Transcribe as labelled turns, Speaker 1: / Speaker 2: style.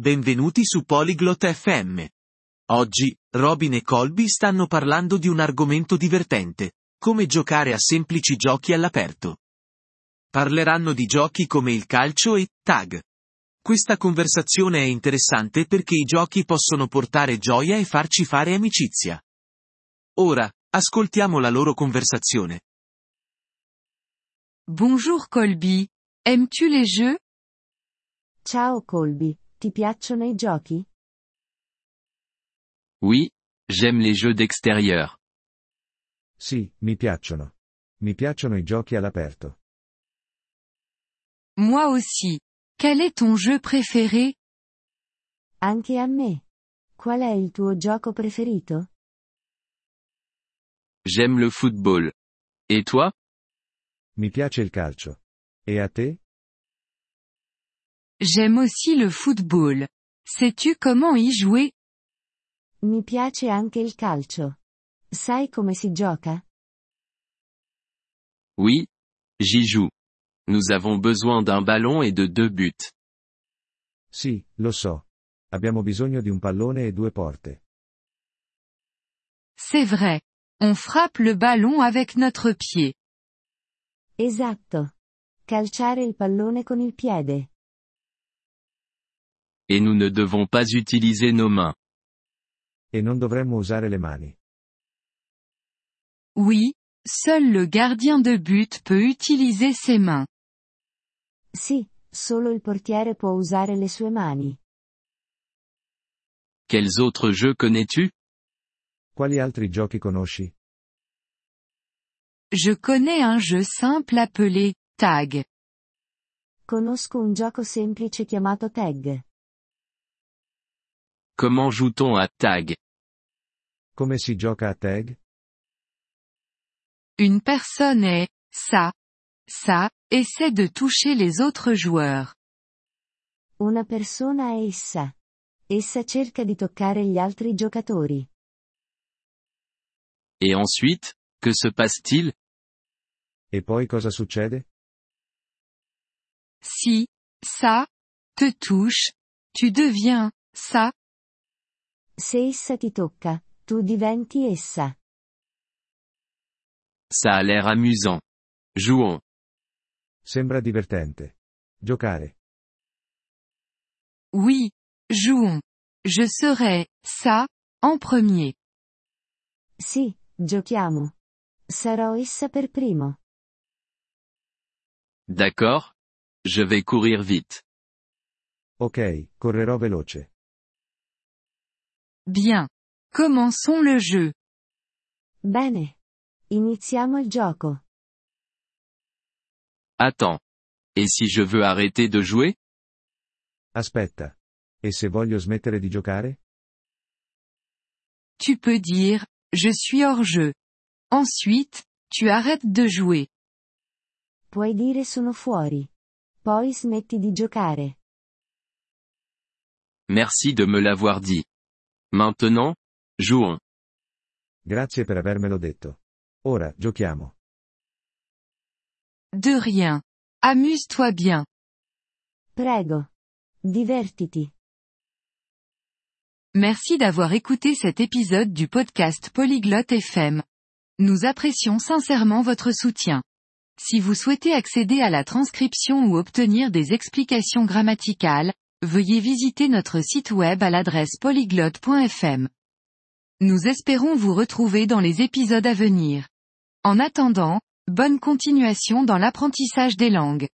Speaker 1: Benvenuti su Polyglot FM. Oggi, Robin e Colby stanno parlando di un argomento divertente, come giocare a semplici giochi all'aperto. Parleranno di giochi come il calcio e tag. Questa conversazione è interessante perché i giochi possono portare gioia e farci fare amicizia. Ora, ascoltiamo la loro conversazione.
Speaker 2: Bonjour Colby. Aimes-tu les jeux
Speaker 3: Ciao Colby, ti piacciono i giochi?
Speaker 4: Oui, j'aime les jeux d'extérieur.
Speaker 5: Sì, mi piacciono. Mi piacciono i giochi all'aperto.
Speaker 2: Moi aussi. Quel est ton jeu préféré
Speaker 3: Anche a me. Qual è il tuo gioco preferito?
Speaker 4: J'aime le football. Et toi
Speaker 5: Mi piace il calcio. E a te?
Speaker 2: J'aime aussi le football. Sais-tu comment y jouer
Speaker 3: Mi piace anche il calcio. Sai come si gioca?
Speaker 4: Oui. J'y joue. Nous avons besoin d'un ballon et de deux buts.
Speaker 5: Sì, lo so. Abbiamo bisogno di un pallone e due porte.
Speaker 2: C'est vrai. On frappe le ballon avec notre pied.
Speaker 3: Esatto. Calciare il pallone con il piede.
Speaker 4: Et nous ne devons pas utiliser nos mains.
Speaker 5: E non dovremmo usare le mani.
Speaker 2: Oui, seul le gardien de but peut utiliser ses mains.
Speaker 3: Sì, solo il portiere può usare le sue mani.
Speaker 4: Quels autres jeux connais-tu
Speaker 5: Quali altri giochi conosci?
Speaker 2: Je connais un jeu simple appelé tag.
Speaker 3: Conosco un gioco semplice chiamato tag.
Speaker 4: Comment joue-t-on à tag
Speaker 5: Come si gioca a tag?
Speaker 2: Une personne est ça. Ça essaie de toucher les autres joueurs.
Speaker 3: Una persona è essa. Essa cerca di toccare gli altri giocatori.
Speaker 4: Et ensuite, que se passe-t-il
Speaker 5: E poi cosa succede?
Speaker 2: Si ça te touche, tu deviens ça.
Speaker 3: Se essa ti tocca, tu diventi essa.
Speaker 4: Ça a l'air amusant. Jouons.
Speaker 5: Sembra divertente. Giocare.
Speaker 2: Oui, jouons. Je serai ça en premier.
Speaker 3: Sì, giochiamo. Sarò essa per primo.
Speaker 4: D'accord Je vais courir vite.
Speaker 5: Ok, correrò veloce.
Speaker 2: Bien. Commençons le jeu.
Speaker 3: Bene. Iniziamo il gioco.
Speaker 4: Attends. Et si je veux arrêter de jouer
Speaker 5: Aspetta. E se voglio smettere di giocare?
Speaker 2: Tu peux dire, je suis hors jeu. Ensuite, tu arrêtes de jouer.
Speaker 3: Puoi dire sono fuori. Poi smetti di giocare.
Speaker 4: Merci de me l'avoir dit. Maintenant, jouons.
Speaker 5: Grazie per avermelo detto. Ora, giochiamo.
Speaker 2: De rien. Amuse-toi bien.
Speaker 3: Prego. Divertiti.
Speaker 2: Merci d'avoir écouté cet épisode du podcast Polyglotte FM. Nous apprécions sincèrement votre soutien. Si vous souhaitez accéder à la transcription ou obtenir des explications grammaticales, veuillez visiter notre site web à l'adresse polyglotte.fm. Nous espérons vous retrouver dans les épisodes à venir. En attendant, bonne continuation dans l'apprentissage des langues.